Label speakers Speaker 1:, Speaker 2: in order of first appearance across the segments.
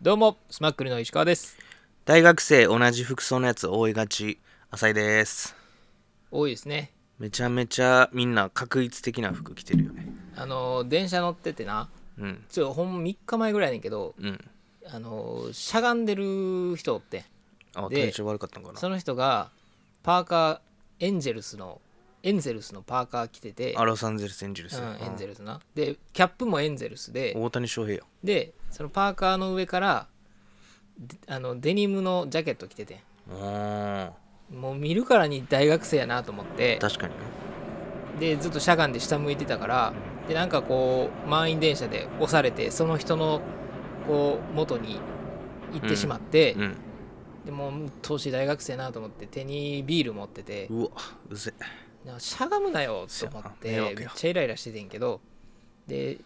Speaker 1: どうも、スマックルの石川です。
Speaker 2: 大学生同じ服装のやつ多いがち浅井です
Speaker 1: 多いですね。
Speaker 2: めちゃめちゃみんな確率的な服着てるよね
Speaker 1: あのー、電車乗っててな、
Speaker 2: うん
Speaker 1: ちょっとほんま3日前ぐらいやねんけど、
Speaker 2: うん
Speaker 1: あのー、しゃがんでる人おってん、
Speaker 2: あ
Speaker 1: で
Speaker 2: 体調悪かったのか
Speaker 1: その人が、パーカー、エンジェルスの、エンゼルスのパーカー着てて、
Speaker 2: なあロサンゼルスエンジェルス、
Speaker 1: うん、エンゼ
Speaker 2: ル
Speaker 1: ルスな。で、キャップもエンゼルスで、
Speaker 2: 大谷翔平や
Speaker 1: で、そのパーカーの上から、であのデニムのジャケット着てて
Speaker 2: あ
Speaker 1: んもう見るからに大学生やなと思って
Speaker 2: ー確かにね
Speaker 1: でずっとしゃがんで下向いてたからでなんかこう満員電車で押されてその人のこう元に行ってしまって、
Speaker 2: うん
Speaker 1: でもう当時大学生やなと思って手にビール持ってて
Speaker 2: うわうぜ
Speaker 1: なんかしゃがむなよと思っ
Speaker 2: そうや
Speaker 1: て
Speaker 2: な迷惑
Speaker 1: めっ
Speaker 2: や
Speaker 1: ちゃイライラしててんけどで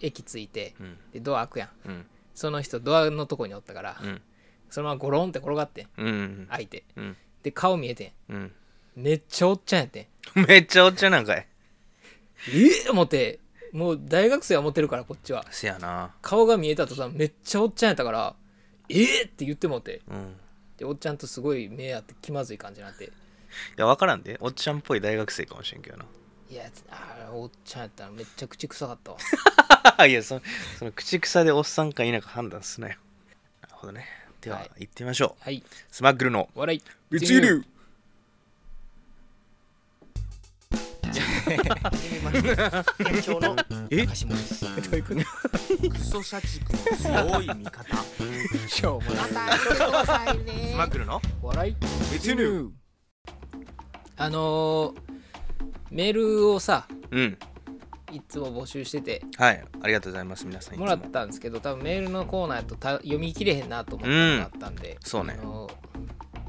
Speaker 1: 駅着いて
Speaker 2: うん
Speaker 1: でドア開くやん
Speaker 2: うん
Speaker 1: その人ドアのとこにおったから、
Speaker 2: うん
Speaker 1: そのままゴロンって転がってん
Speaker 2: うん
Speaker 1: 開いて
Speaker 2: うん
Speaker 1: で顔見えて
Speaker 2: うん
Speaker 1: んめっちゃおっちゃんやってん
Speaker 2: めっちゃおっちゃんなんかい
Speaker 1: えっ思ってもう大学生は思ってるからこっちは
Speaker 2: せやな
Speaker 1: 顔が見えたとさめっちゃおっちゃんやったから「えー!」って言ってもうて
Speaker 2: うん
Speaker 1: でおっちゃんとすごい目合って気まずい感じになって
Speaker 2: いや分からんでおっちゃんっぽい大学生かもしれんけど
Speaker 1: いやあーおっちゃんやったらめっちゃ口臭かったわ
Speaker 2: ないやそのその口草でおっさんか否か判断すなよなるほどねでは、
Speaker 1: はい
Speaker 2: 行ってみましょう
Speaker 1: はい
Speaker 2: スマッグルの
Speaker 1: 笑い
Speaker 2: 一流
Speaker 3: 店長の
Speaker 2: え
Speaker 3: 高島です
Speaker 1: どういうこと
Speaker 3: クソ社畜の強い味方
Speaker 1: しょうもない
Speaker 2: スマッグルの
Speaker 1: 笑い
Speaker 2: 一流
Speaker 1: あのー、メールをさ
Speaker 2: うん
Speaker 1: いつも募集してて
Speaker 2: はいありがとうございます皆さんいつ
Speaker 1: もらったんですけど多分メールのコーナーやとた読み切れへんなと思って
Speaker 2: うん
Speaker 1: なったんで、
Speaker 2: そう
Speaker 1: あ
Speaker 2: ね
Speaker 1: のー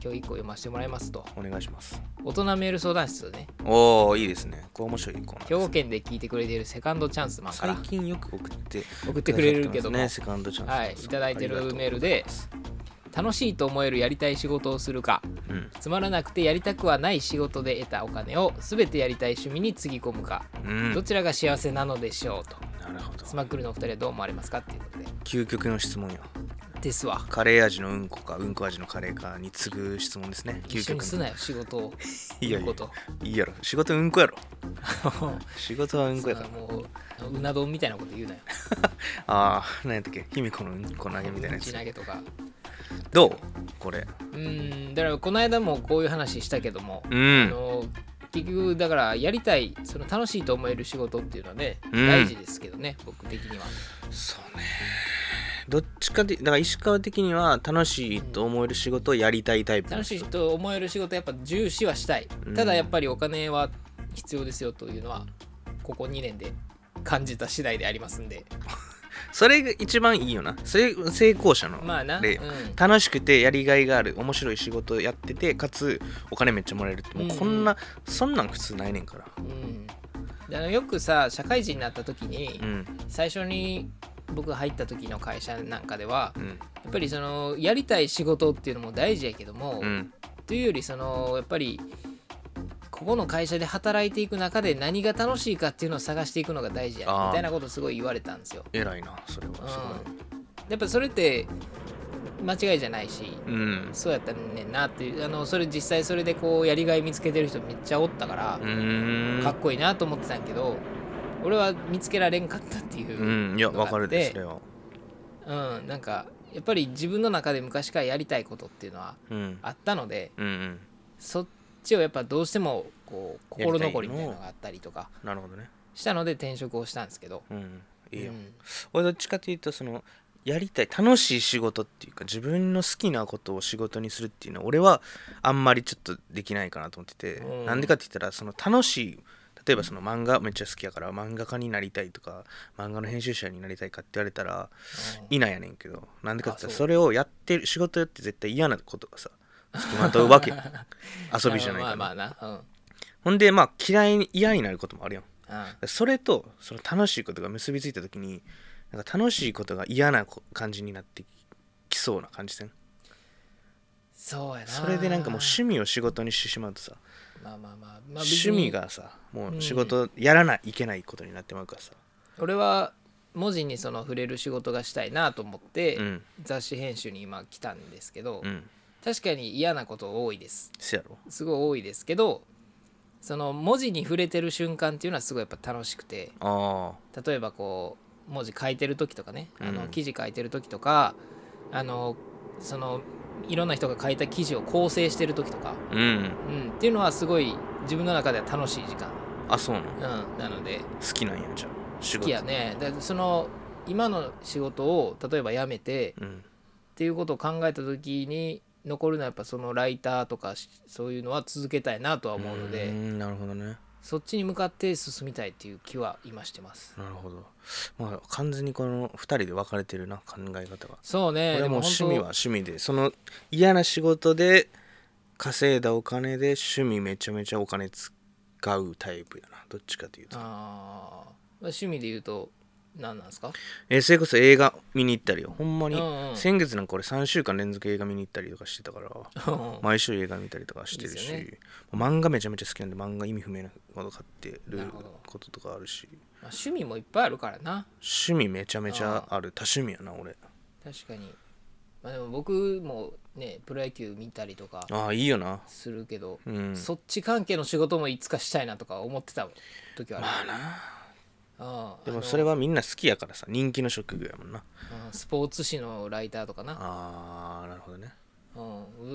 Speaker 1: 今日一個読ませてもらいますと
Speaker 2: お願いします
Speaker 1: 大人メール相談室ね
Speaker 2: おおいいですねこれ面白いコーナー
Speaker 1: 兵
Speaker 2: です
Speaker 1: 庫県で聞いてくれているセカンドチャンスマンか
Speaker 2: 最
Speaker 1: ら
Speaker 2: 近よく送って
Speaker 1: 送ってくれるけども、
Speaker 2: ねセカンドチャンス
Speaker 1: はいいただいてるメールで
Speaker 2: ありがとうござい
Speaker 1: 楽しいと思えるやりたい仕事をするか
Speaker 2: ます
Speaker 1: つまらなくてやりたくはない仕事で得たお金を全てやりたい趣味につぎ込むか
Speaker 2: うんうん
Speaker 1: どちらが幸せなのでしょうと
Speaker 2: なるほど
Speaker 1: スマックルのお二人はどう思われますかっていうことで
Speaker 2: 究極の質問よ
Speaker 1: ですわ
Speaker 2: カレー味のうんこかうんこ味のカレーかに次ぐ質問ですね
Speaker 1: 一
Speaker 2: 究
Speaker 1: 緒
Speaker 2: 極
Speaker 1: にす
Speaker 2: の
Speaker 1: なよ仕事を
Speaker 2: いやい
Speaker 1: のこ
Speaker 2: や
Speaker 1: と
Speaker 2: いいやろ仕事うんこ やろ
Speaker 1: も
Speaker 2: 仕事はうんこやから
Speaker 1: ううな丼みたいなこと言うなよ
Speaker 2: ああ何やったっけ卑弥呼のうんこ投げみたいなや
Speaker 1: ち
Speaker 2: つ
Speaker 1: 投げとか
Speaker 2: どうこれ
Speaker 1: うんだからこの間もこういう話したけども、
Speaker 2: う
Speaker 1: あ
Speaker 2: ん
Speaker 1: の結局だからやりたいその楽しいと思える仕事っていうのはね、
Speaker 2: うん
Speaker 1: 大事ですけどね僕的には
Speaker 2: そうねどっちかでだから石川的には楽しいと思える仕事をやりたいタイプの
Speaker 1: 楽し
Speaker 2: 人
Speaker 1: いと思える仕事やっぱ重視はしたい
Speaker 2: うん
Speaker 1: ただやっぱりお金は必要ですよというのはここ2年で感じた次第でありますんで
Speaker 2: それが一番いいよなそれ成功者の
Speaker 1: まあな、うん
Speaker 2: 例、楽しくてやりがいがある面白い仕事をやっててかつお金めっちゃもらえるってもうこんな、そんなん普通ないねんから
Speaker 1: うんであのよくさ社会人になった時に
Speaker 2: うん
Speaker 1: 最初に僕入った時の会社なんかでは
Speaker 2: うん
Speaker 1: やっぱりそのやりたい仕事っていうのも大事やけども、
Speaker 2: うん
Speaker 1: というよりそのやっぱりここの会社で働いていく中で何が楽しいかっていうのを探していくのが大事やね
Speaker 2: あー
Speaker 1: みたいなことすごい言われたんですよ
Speaker 2: 偉いなそれはす
Speaker 1: やっぱそれって間違いじゃないし
Speaker 2: ごいうん
Speaker 1: そうやったらねんなっていうあのそれ実際それでこうやりがい見つけてる人めっちゃおったから
Speaker 2: う、ーん
Speaker 1: かっこいいなと思ってたんやけど俺は見つけられんかったっていう、う
Speaker 2: うんんいやわかるですそれは
Speaker 1: なんかやっぱり自分の中で昔からやりたいことっていうのは
Speaker 2: うん
Speaker 1: あったので
Speaker 2: うんうん
Speaker 1: そっちをやっぱどうしてもこう心残りみたいなのがあったりとか
Speaker 2: なるほどね
Speaker 1: したので転職をしたんですけど、
Speaker 2: うんいいよ、
Speaker 1: うん
Speaker 2: 俺どっちかというとそのやりたい楽しい仕事っていうか自分の好きなことを仕事にするっていうのは俺はあんまりちょっとできないかなと思ってて
Speaker 1: うん
Speaker 2: なんでかって言ったらその楽しい例えばその漫画めっちゃ好きやから漫画家になりたいとか漫画の編集者になりたいかって言われたらいないやねんけどなんでかって
Speaker 1: あそ
Speaker 2: 言ったら
Speaker 1: う
Speaker 2: それをやってる仕事やって絶対嫌なことがさつきまとう わけ遊びじゃないから、
Speaker 1: まあまあな
Speaker 2: ほんでまあ嫌いに嫌になることもあるやん
Speaker 1: うん、うん
Speaker 2: それとその楽しいことが結びついた時になんか楽しいことが嫌なこ感じになってきそうな感じせん
Speaker 1: そうやな
Speaker 2: それでなんかもう趣味を仕事にしてしまうとさ、
Speaker 1: まあまあまあ、まあ、別に
Speaker 2: 趣味がさもう仕事やらない、いけないことになってまうからさ
Speaker 1: 俺は文字にその触れる仕事がしたいなと思って、
Speaker 2: うん
Speaker 1: 雑誌編集に今来たんですけど、
Speaker 2: うん
Speaker 1: 確かに嫌なこと多いです
Speaker 2: せやろ
Speaker 1: すごい多いですけどその文字に触れてる瞬間っていうのはすごいやっぱ楽しくて
Speaker 2: あ
Speaker 1: 例えばこう文字書いてる時とかねあ
Speaker 2: う
Speaker 1: の
Speaker 2: ん
Speaker 1: 記事書いてる時とか、あのそのいろんな人が書いた記事を構成してる時とか、
Speaker 2: あうん
Speaker 1: うん、っていうのはすごい自分の中では楽しい時間、
Speaker 2: あそうなの好
Speaker 1: うん、なので
Speaker 2: きなんやじゃあ仕
Speaker 1: 好
Speaker 2: 事
Speaker 1: きやねだその今の仕事を例えば辞めて
Speaker 2: うん
Speaker 1: っていうことを考えた時に残るのはやっぱそのライターとかしそういうのは続けたいなとは思うので。
Speaker 2: んなるほどね
Speaker 1: そっちに向かって進みたいっていう気は今してます。
Speaker 2: なるほどまあ完全にこの2人で分かれてるな考え方が
Speaker 1: そうね。
Speaker 2: 俺はもう
Speaker 1: で
Speaker 2: 趣
Speaker 1: 本当
Speaker 2: 味は趣味でその嫌な仕事で稼いだお金で趣味めちゃめちゃお金使うタイプやなどっちかというと
Speaker 1: あー趣味で言うと何なんです か？
Speaker 2: えーそれこそ映画見に行ったりよほんまに
Speaker 1: うんうん
Speaker 2: 先月なんか俺3週間連続映画見に行ったりとかしてたか
Speaker 1: う
Speaker 2: ら
Speaker 1: ん
Speaker 2: 毎週映画見たりとかしてる
Speaker 1: いいで
Speaker 2: し
Speaker 1: すよね
Speaker 2: 漫画めちゃめちゃ好きなんで漫画意味不明なもの買って
Speaker 1: なる
Speaker 2: る
Speaker 1: ほど
Speaker 2: こととかあるし
Speaker 1: まあ趣味もいっぱいあるからな。
Speaker 2: 趣味めちゃめちゃある多趣味やな俺
Speaker 1: 確かに。まあでも僕もねプロ野球見たりとか
Speaker 2: ああいいよな
Speaker 1: するけど、
Speaker 2: うん
Speaker 1: そっち関係の仕事もいつかしたいなとか思ってた時はある。
Speaker 2: まあな
Speaker 1: あー
Speaker 2: で
Speaker 1: あ
Speaker 2: も
Speaker 1: の
Speaker 2: それはみんな好きやからさ人気の職業やもんな
Speaker 1: うんスポーツ紙のライターとかな。
Speaker 2: ああなるほどね
Speaker 1: う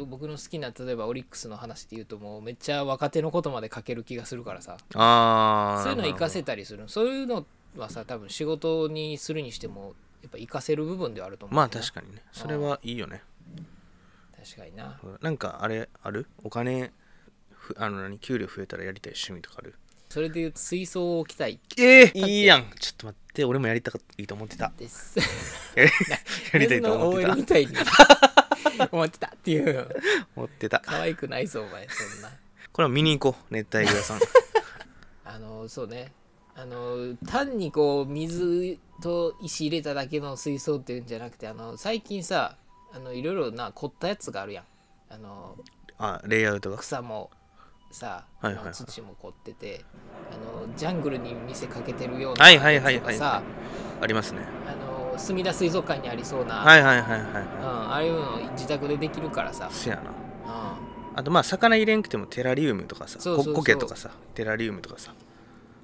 Speaker 1: ん、僕の好きな例えばオリックスの話で言うともうめっちゃ若手のことまで書ける気がするからさ。
Speaker 2: ああ
Speaker 1: そういうのを活か
Speaker 2: なる
Speaker 1: せたりするそういうのはさ多分仕事にするにしてもやっぱ活かせる部分ではあると
Speaker 2: ほ
Speaker 1: 思
Speaker 2: ど
Speaker 1: う
Speaker 2: まあ確
Speaker 1: か
Speaker 2: かにねそれはいいよね
Speaker 1: に確かにな
Speaker 2: なんかあれあるお金ふあの何給料増えたらやりたい趣味とかある
Speaker 1: それで言うと水槽を置きたい
Speaker 2: ええいいやんちょっと待って俺もやりたいと思ってた
Speaker 1: ですや
Speaker 2: やりたいと思ってた
Speaker 1: みたいに 思ってたっていう
Speaker 2: 思ってた
Speaker 1: 可愛くないぞお前そんな
Speaker 2: これは見に行こう熱帯魚屋 さん
Speaker 1: あのそうねあの単にこう水と石入れただけの水槽っていうんじゃなくてあの最近さあのいろいろな凝ったやつがあるやんあの
Speaker 2: あレイアウトが
Speaker 1: 草もさ、
Speaker 2: はいはいはい
Speaker 1: 土も凝っててあのジャングルに見せかけてるような
Speaker 2: はいはいはい
Speaker 1: やつと
Speaker 2: は
Speaker 1: か
Speaker 2: い
Speaker 1: さ
Speaker 2: ありますね
Speaker 1: あの墨田水族館にありそうな、
Speaker 2: はいはいはいはい
Speaker 1: うん、
Speaker 2: は
Speaker 1: ああいうの自宅でできるからさ
Speaker 2: い、せやな
Speaker 1: うん、
Speaker 2: あとまあ魚入れんくてもテラリウムとかさ
Speaker 1: そうそうそう
Speaker 2: ココケとかさテラリウムとかさ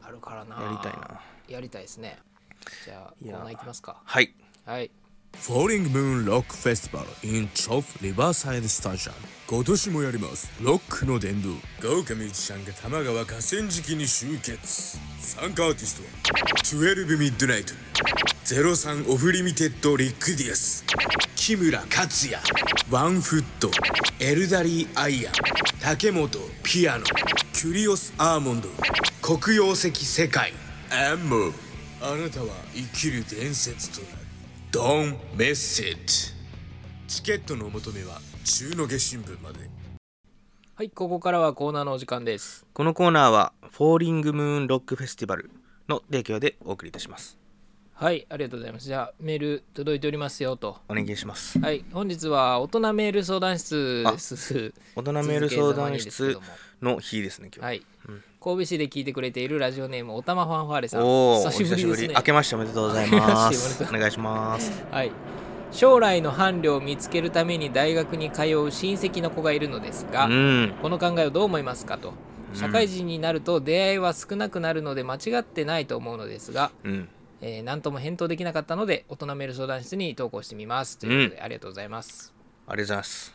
Speaker 1: あるからな
Speaker 2: やりたいな
Speaker 1: やりたいですねじゃあコ
Speaker 2: い
Speaker 1: ー
Speaker 2: やー
Speaker 1: ナーいきますか
Speaker 2: はい
Speaker 1: はい
Speaker 3: フォーリングムーンロックフェスティバル in チョフリバーサイドスタジアム今年もやりますロックの殿堂豪華ミュージシャンが多摩川河川敷に集結参加アーティストは12ミッドナイト03オフリミテッドリックディアス木村克也ワンフットエルダリーアイアン竹本ピアノキュリオスアーモンド黒曜石世界アンモあなたは生きる伝説となるドンメッセージチケットのお求めは中野下新聞まで
Speaker 1: はいここからはコーナーのお時間です
Speaker 2: このコーナーは「フォーリングムーンロックフェスティバル」の提供でお送りいたします
Speaker 1: はいありがとうございますじゃあメール届いておりますよと
Speaker 2: お願いします
Speaker 1: はい本日は大人メール相談室 です
Speaker 2: 大人メール相談室の日ですね今
Speaker 1: は
Speaker 2: 日、
Speaker 1: い、神戸市で聞いてくれているラジオネームおたまファンファーレさん
Speaker 2: おお
Speaker 1: 久しぶりですね
Speaker 2: 明けましておめでとうございま
Speaker 1: 明けましておめ
Speaker 2: す
Speaker 1: でと
Speaker 2: お願いします
Speaker 1: はい将来の伴侶を見つけるために大学に通う親戚の子がいるのですが、
Speaker 2: うん
Speaker 1: この考えをどう思いますかと社会人になると出会いは少なくなるので間違ってないと思うのですが、
Speaker 2: うん
Speaker 1: えー何とも返答できなかったので大人メール相談室に投稿してみますということで、ありがとうございます
Speaker 2: ありがとうございます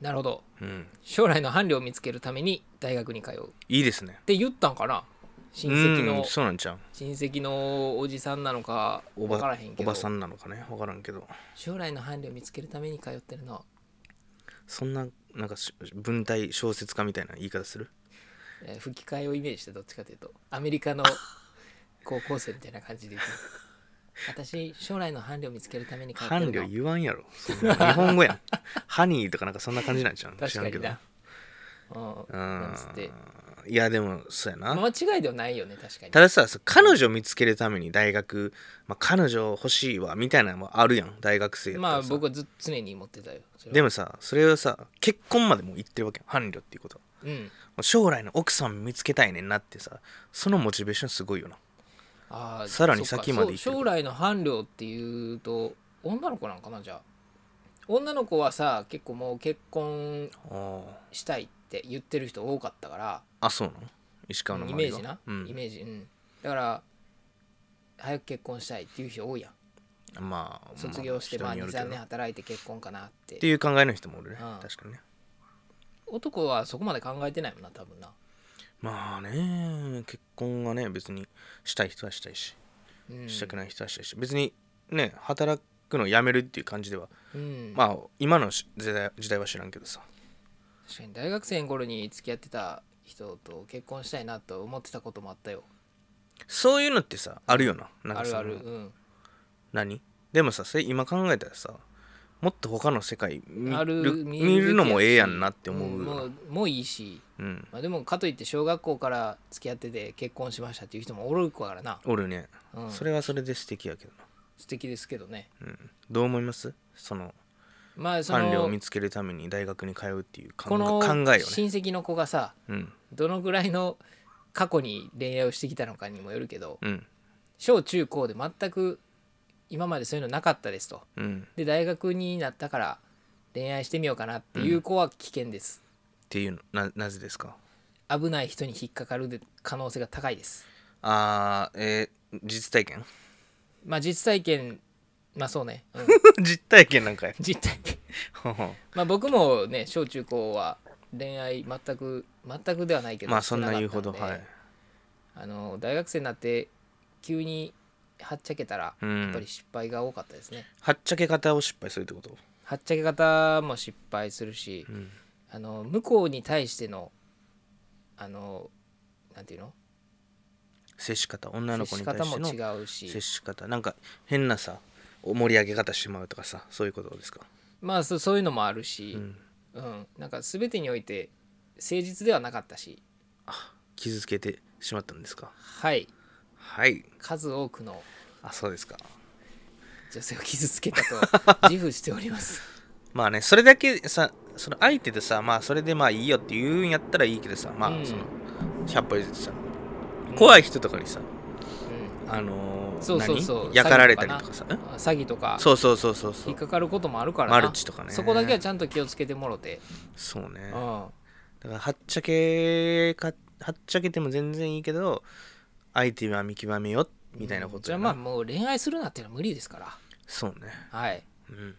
Speaker 1: なるほど
Speaker 2: うん
Speaker 1: 将来の伴侶を見つけるために大学に通うっ
Speaker 2: いいですね
Speaker 1: て言ったんかな親戚
Speaker 2: う
Speaker 1: の
Speaker 2: んそうなんちゃう
Speaker 1: 親戚のおじさんなのか
Speaker 2: お
Speaker 1: 分か
Speaker 2: ば
Speaker 1: らへん
Speaker 2: お
Speaker 1: けど
Speaker 2: ばさんなのかね分からんけど
Speaker 1: 将来の伴侶を見つけるために通ってるの
Speaker 2: そんななんかし文体小説家みたいな言い方する
Speaker 1: えー吹き替えをイメージしてどっちかというとアメリカ の高校生みたいな感じで言ってる私将来の伴侶を見つけるために通って
Speaker 2: 伴
Speaker 1: る
Speaker 2: 侶
Speaker 1: の
Speaker 2: 言わんやろそんな日本語やん ハニーとかなんかそんな感じなんちゃう
Speaker 1: 確
Speaker 2: 知
Speaker 1: から
Speaker 2: んけ
Speaker 1: に
Speaker 2: ど
Speaker 1: なうん
Speaker 2: う
Speaker 1: なんつって
Speaker 2: んいやでもそうやな
Speaker 1: まあ間違いではないよね確かに
Speaker 2: たださそう彼女見つけるために大学、まあ、彼女欲しいわみたいなのもあるやん大学生やった
Speaker 1: ま
Speaker 2: ら
Speaker 1: あ
Speaker 2: さ
Speaker 1: 僕はずっ常に持ってたよそれは
Speaker 2: でもさそれはさ結婚までもう言ってるわけよ伴侶っていうことは
Speaker 1: うん
Speaker 2: もう将来の奥さん見つけたいねんなってさそのモチベーションすごいよな
Speaker 1: あー
Speaker 2: さらに
Speaker 1: そっか
Speaker 2: 先まで行って
Speaker 1: そ
Speaker 2: る
Speaker 1: う将来の伴侶っていうと女の子なんかなじゃあ女の子はさ結構もう結婚
Speaker 2: あー
Speaker 1: したいって言ってる人多かったから
Speaker 2: あそうなの石川の
Speaker 1: イ
Speaker 2: 周
Speaker 1: メ
Speaker 2: り
Speaker 1: ー
Speaker 2: が
Speaker 1: ジな、
Speaker 2: うん
Speaker 1: イメージうんだから早く結婚したいっていう人多いやん
Speaker 2: まあ
Speaker 1: 卒業してま
Speaker 2: ま
Speaker 1: あ
Speaker 2: あ人によるけ
Speaker 1: 23
Speaker 2: ど
Speaker 1: 年働いて結婚かなって
Speaker 2: っていう考えの人もおるね
Speaker 1: うん
Speaker 2: 確かにね
Speaker 1: 男はそこまで考えてないもんな多分な
Speaker 2: まあね結婚はね別にしたい人はしたいし
Speaker 1: うん
Speaker 2: したくない人はしたいし別にね働くのやめるっていう感じでは
Speaker 1: うん
Speaker 2: まあ今の時代時代は知らんけどさ
Speaker 1: 確かに大学生の頃に付き合ってた人と結婚したいなと思ってたこともあったよ
Speaker 2: そういうのってさあるよななん
Speaker 1: あ
Speaker 2: かそ
Speaker 1: る
Speaker 2: の
Speaker 1: あるうん
Speaker 2: 何でもさそれ今考えたらさもっと他の世界見
Speaker 1: ある
Speaker 2: る見るのもええやんなって思うよ
Speaker 1: も
Speaker 2: な
Speaker 1: うもういいし、
Speaker 2: うん
Speaker 1: まあ、でもかといって小学校から付き合ってて結婚しましたっていう人もおるからな、
Speaker 2: おるね
Speaker 1: うん、
Speaker 2: それはそれで素敵やけどな
Speaker 1: 素敵ですけどね
Speaker 2: うんどう思いますその
Speaker 1: まあそ
Speaker 2: 伴侶を
Speaker 1: の
Speaker 2: 見つけるために大学に通うっていう考
Speaker 1: こ
Speaker 2: え
Speaker 1: の
Speaker 2: 考えよね
Speaker 1: 親戚の子がさ
Speaker 2: うん
Speaker 1: どのぐらいの過去に恋愛をしてきたのかにもよるけど
Speaker 2: うん
Speaker 1: 小中高で全く今までそういうのなかったですと
Speaker 2: うん
Speaker 1: で大学になったから恋愛してみようかなっていう子は危険です、
Speaker 2: っていうのななぜですか
Speaker 1: 危ない人に引っかかるで可能性が高いです
Speaker 2: あーえー実体験
Speaker 1: まあ実体験まあそうね、 うん
Speaker 2: 実体験なんかや
Speaker 1: 実体験
Speaker 2: ほうほう
Speaker 1: まあ僕もね小中高は恋愛全く全くではないけど
Speaker 2: まあそんな
Speaker 1: して
Speaker 2: 言う
Speaker 1: か
Speaker 2: ほ
Speaker 1: った
Speaker 2: ど
Speaker 1: んで
Speaker 2: はい
Speaker 1: あの大学生になって急にはっちゃけたら
Speaker 2: う
Speaker 1: やっぱ
Speaker 2: ん
Speaker 1: り失敗が多かったですね、
Speaker 2: はっちゃけ方を失敗するってこと
Speaker 1: はっちゃけ方も失敗するし、
Speaker 2: うん
Speaker 1: あの向こうに対してのあのなんていうの
Speaker 2: 接し方女の
Speaker 1: 接
Speaker 2: 子
Speaker 1: し
Speaker 2: に対
Speaker 1: 方
Speaker 2: して
Speaker 1: も
Speaker 2: の
Speaker 1: 違うし
Speaker 2: 接し方なんか変なさ盛り上げ方してまうとかさそういうことですか
Speaker 1: まあそそういうのもあるし、
Speaker 2: うん
Speaker 1: うんなんか全てにおいて誠実ではなかったし
Speaker 2: 傷つけてしまったんですか
Speaker 1: はい
Speaker 2: はい
Speaker 1: 数多くの
Speaker 2: あそうですか
Speaker 1: 女性を傷つけたと自負しております
Speaker 2: まあねそれだけさその相手でさまあそれでまあいいよって言うんやったらいいけどさ ま
Speaker 1: う
Speaker 2: あ
Speaker 1: ん
Speaker 2: その100歩譲ってさ怖い人とかにさ
Speaker 1: うん
Speaker 2: あのー
Speaker 1: そうそうそう
Speaker 2: 何やかられたりとかさん
Speaker 1: 詐欺とか
Speaker 2: そうそうそうそうそ
Speaker 1: 引っ
Speaker 2: う
Speaker 1: かかることもあるからな
Speaker 2: マルチとかね
Speaker 1: そこだけはちゃんと気をつけてもろて、
Speaker 2: そう
Speaker 1: う
Speaker 2: ね
Speaker 1: ん
Speaker 2: だからはっちゃけかはっちゃけても全然いいけど相手は見極めよみたいなこと
Speaker 1: じゃあ
Speaker 2: や
Speaker 1: ま
Speaker 2: な
Speaker 1: あもう恋愛するなっていうのは無理ですから
Speaker 2: そうね
Speaker 1: はい
Speaker 2: うん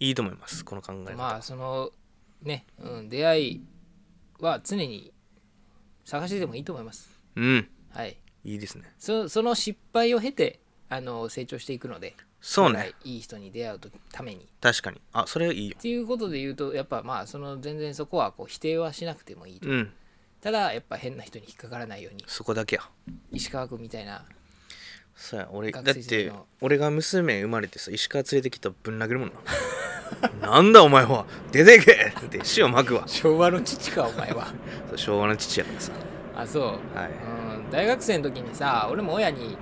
Speaker 2: いいと思いますこの考え方、
Speaker 1: まあそのね、うん、出会いは常に探してでもいいと思います
Speaker 2: うん
Speaker 1: はい
Speaker 2: いいですね
Speaker 1: そその失敗を経てあの成長していくので
Speaker 2: そうね、
Speaker 1: はいいい人に出会うとためにっ
Speaker 2: 確かにあそれいいよ
Speaker 1: ていうことで言うとやっぱまあその全然そこはこう否定はしなくてもいいと
Speaker 2: うん
Speaker 1: ただやっぱ変な人に引っかからないように
Speaker 2: そこだけや
Speaker 1: 石川君みたいな
Speaker 2: そうや俺だっ
Speaker 1: 学生時代
Speaker 2: て
Speaker 1: の
Speaker 2: 俺が娘生まれてさ石川連れてきたらぶん殴るもんな なんだお前は出てけって塩まくわ
Speaker 1: 昭和の父かお前は
Speaker 2: そう昭和の父やからさ
Speaker 1: あそう
Speaker 2: はい
Speaker 1: うん、大学生の時にさ俺も親に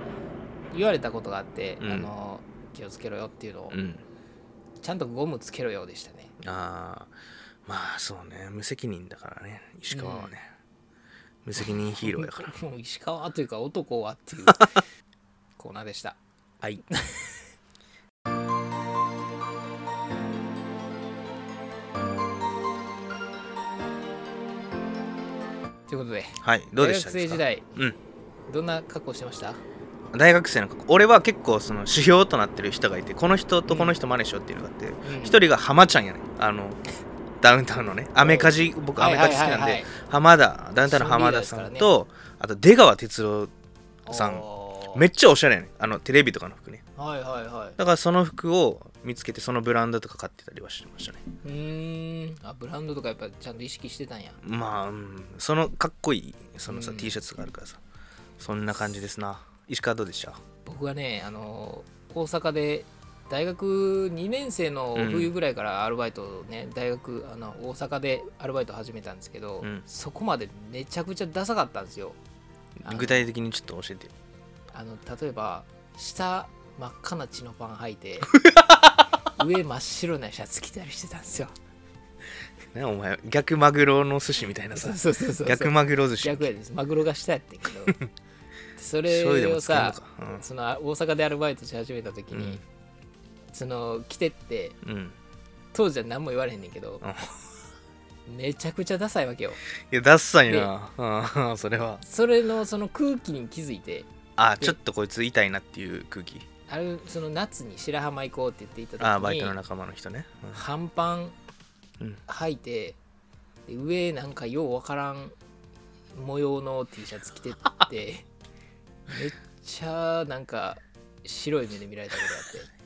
Speaker 1: 言われたことがあって、
Speaker 2: うん
Speaker 1: あの気をつけろよっていうのを、
Speaker 2: うん
Speaker 1: ちゃんとゴムつけろようでしたね
Speaker 2: ああまあそうね無責任だからね石川はね、無責任ヒーローやから
Speaker 1: もう石川というか男は っていうコーナーでした
Speaker 2: はい
Speaker 1: ということで
Speaker 2: はいどうでした
Speaker 1: 大学生時代
Speaker 2: うん
Speaker 1: どんな格好してました
Speaker 2: 大学生の格好俺は結構その指標となってる人がいてこの人とこの人真似しようっていうのがあって
Speaker 1: ん
Speaker 2: 一、人が浜ちゃんやねあのダウンタウンのねアメカジ僕アメカジ好きな
Speaker 1: はい
Speaker 2: ん
Speaker 1: はいはい
Speaker 2: で
Speaker 1: は
Speaker 2: 浜田ダウンタウンの浜田さんと、あと出川哲朗
Speaker 1: い
Speaker 2: さん
Speaker 1: おー
Speaker 2: めっちゃおしゃれやねあのテレビとかの服ね
Speaker 1: はいはいはい
Speaker 2: だからその服を見つけてそのブランドとか買ってたりはしてましたね
Speaker 1: うーんあブランドとかやっぱちゃんと意識してたんや
Speaker 2: まあ、うんそのかっこいいそのさ、
Speaker 1: うん
Speaker 2: T シャツがあるからさそんな感じですな石川どうでした
Speaker 1: 僕はねあの大阪で大学2年生の冬ぐらいからアルバイトをね、大学あの大阪でアルバイト始めたんですけど、
Speaker 2: うん
Speaker 1: そこまでめちゃくちゃダサかったんですよあの
Speaker 2: 具体的にちょっと教えてよ
Speaker 1: あの例えば下真っ赤な血のパン履い て上真っ白なシャツ着たりしてたんですよ
Speaker 2: ね、お前逆マグロの寿司みたいなさ
Speaker 1: そうそうそうそう
Speaker 2: 逆マグロ寿司
Speaker 1: 逆やですマグロが下やってんけどそ
Speaker 2: 醤油
Speaker 1: れ
Speaker 2: でも
Speaker 1: を
Speaker 2: 使うの
Speaker 1: さ
Speaker 2: か、うん
Speaker 1: そのあ大阪でアルバイトし始めた時に、
Speaker 2: うん
Speaker 1: その来てって
Speaker 2: うん
Speaker 1: 当時は何も言われへんねんけど、めちゃくちゃダサいわけよ
Speaker 2: いやダッサいな、うん、 それは
Speaker 1: それのその空気に気づいて
Speaker 2: あちょっとこいつ痛いなっていう空気
Speaker 1: あるその夏に白浜行こうって言っていた
Speaker 2: あ
Speaker 1: 時
Speaker 2: バイ
Speaker 1: に
Speaker 2: トの仲間の人ね、うん
Speaker 1: 半パン
Speaker 2: うん
Speaker 1: 履いて、で上なんかようわからん模様の T シャツ着てって めっちゃなんか白い目で見られたことがあって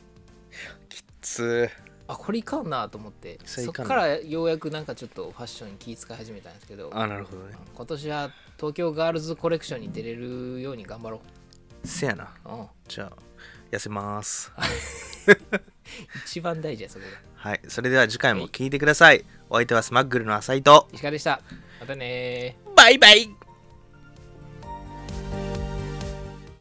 Speaker 2: つ
Speaker 1: あこれいかんなと思って
Speaker 2: それ
Speaker 1: そ
Speaker 2: い
Speaker 1: っ
Speaker 2: かんな
Speaker 1: からようやくなんかちょっとファッションに気遣い始めたんですけど
Speaker 2: あなるほどね
Speaker 1: 今年は東京ガールズコレクションに出れるように頑張ろ
Speaker 2: せやな
Speaker 1: う、うん、
Speaker 2: じゃあ痩せます
Speaker 1: 一番大事やそこが
Speaker 2: はいそれでは次回も聞いてくださいお相手はスマッグルの浅井と
Speaker 1: 石川でしたまたねー
Speaker 2: バイバイ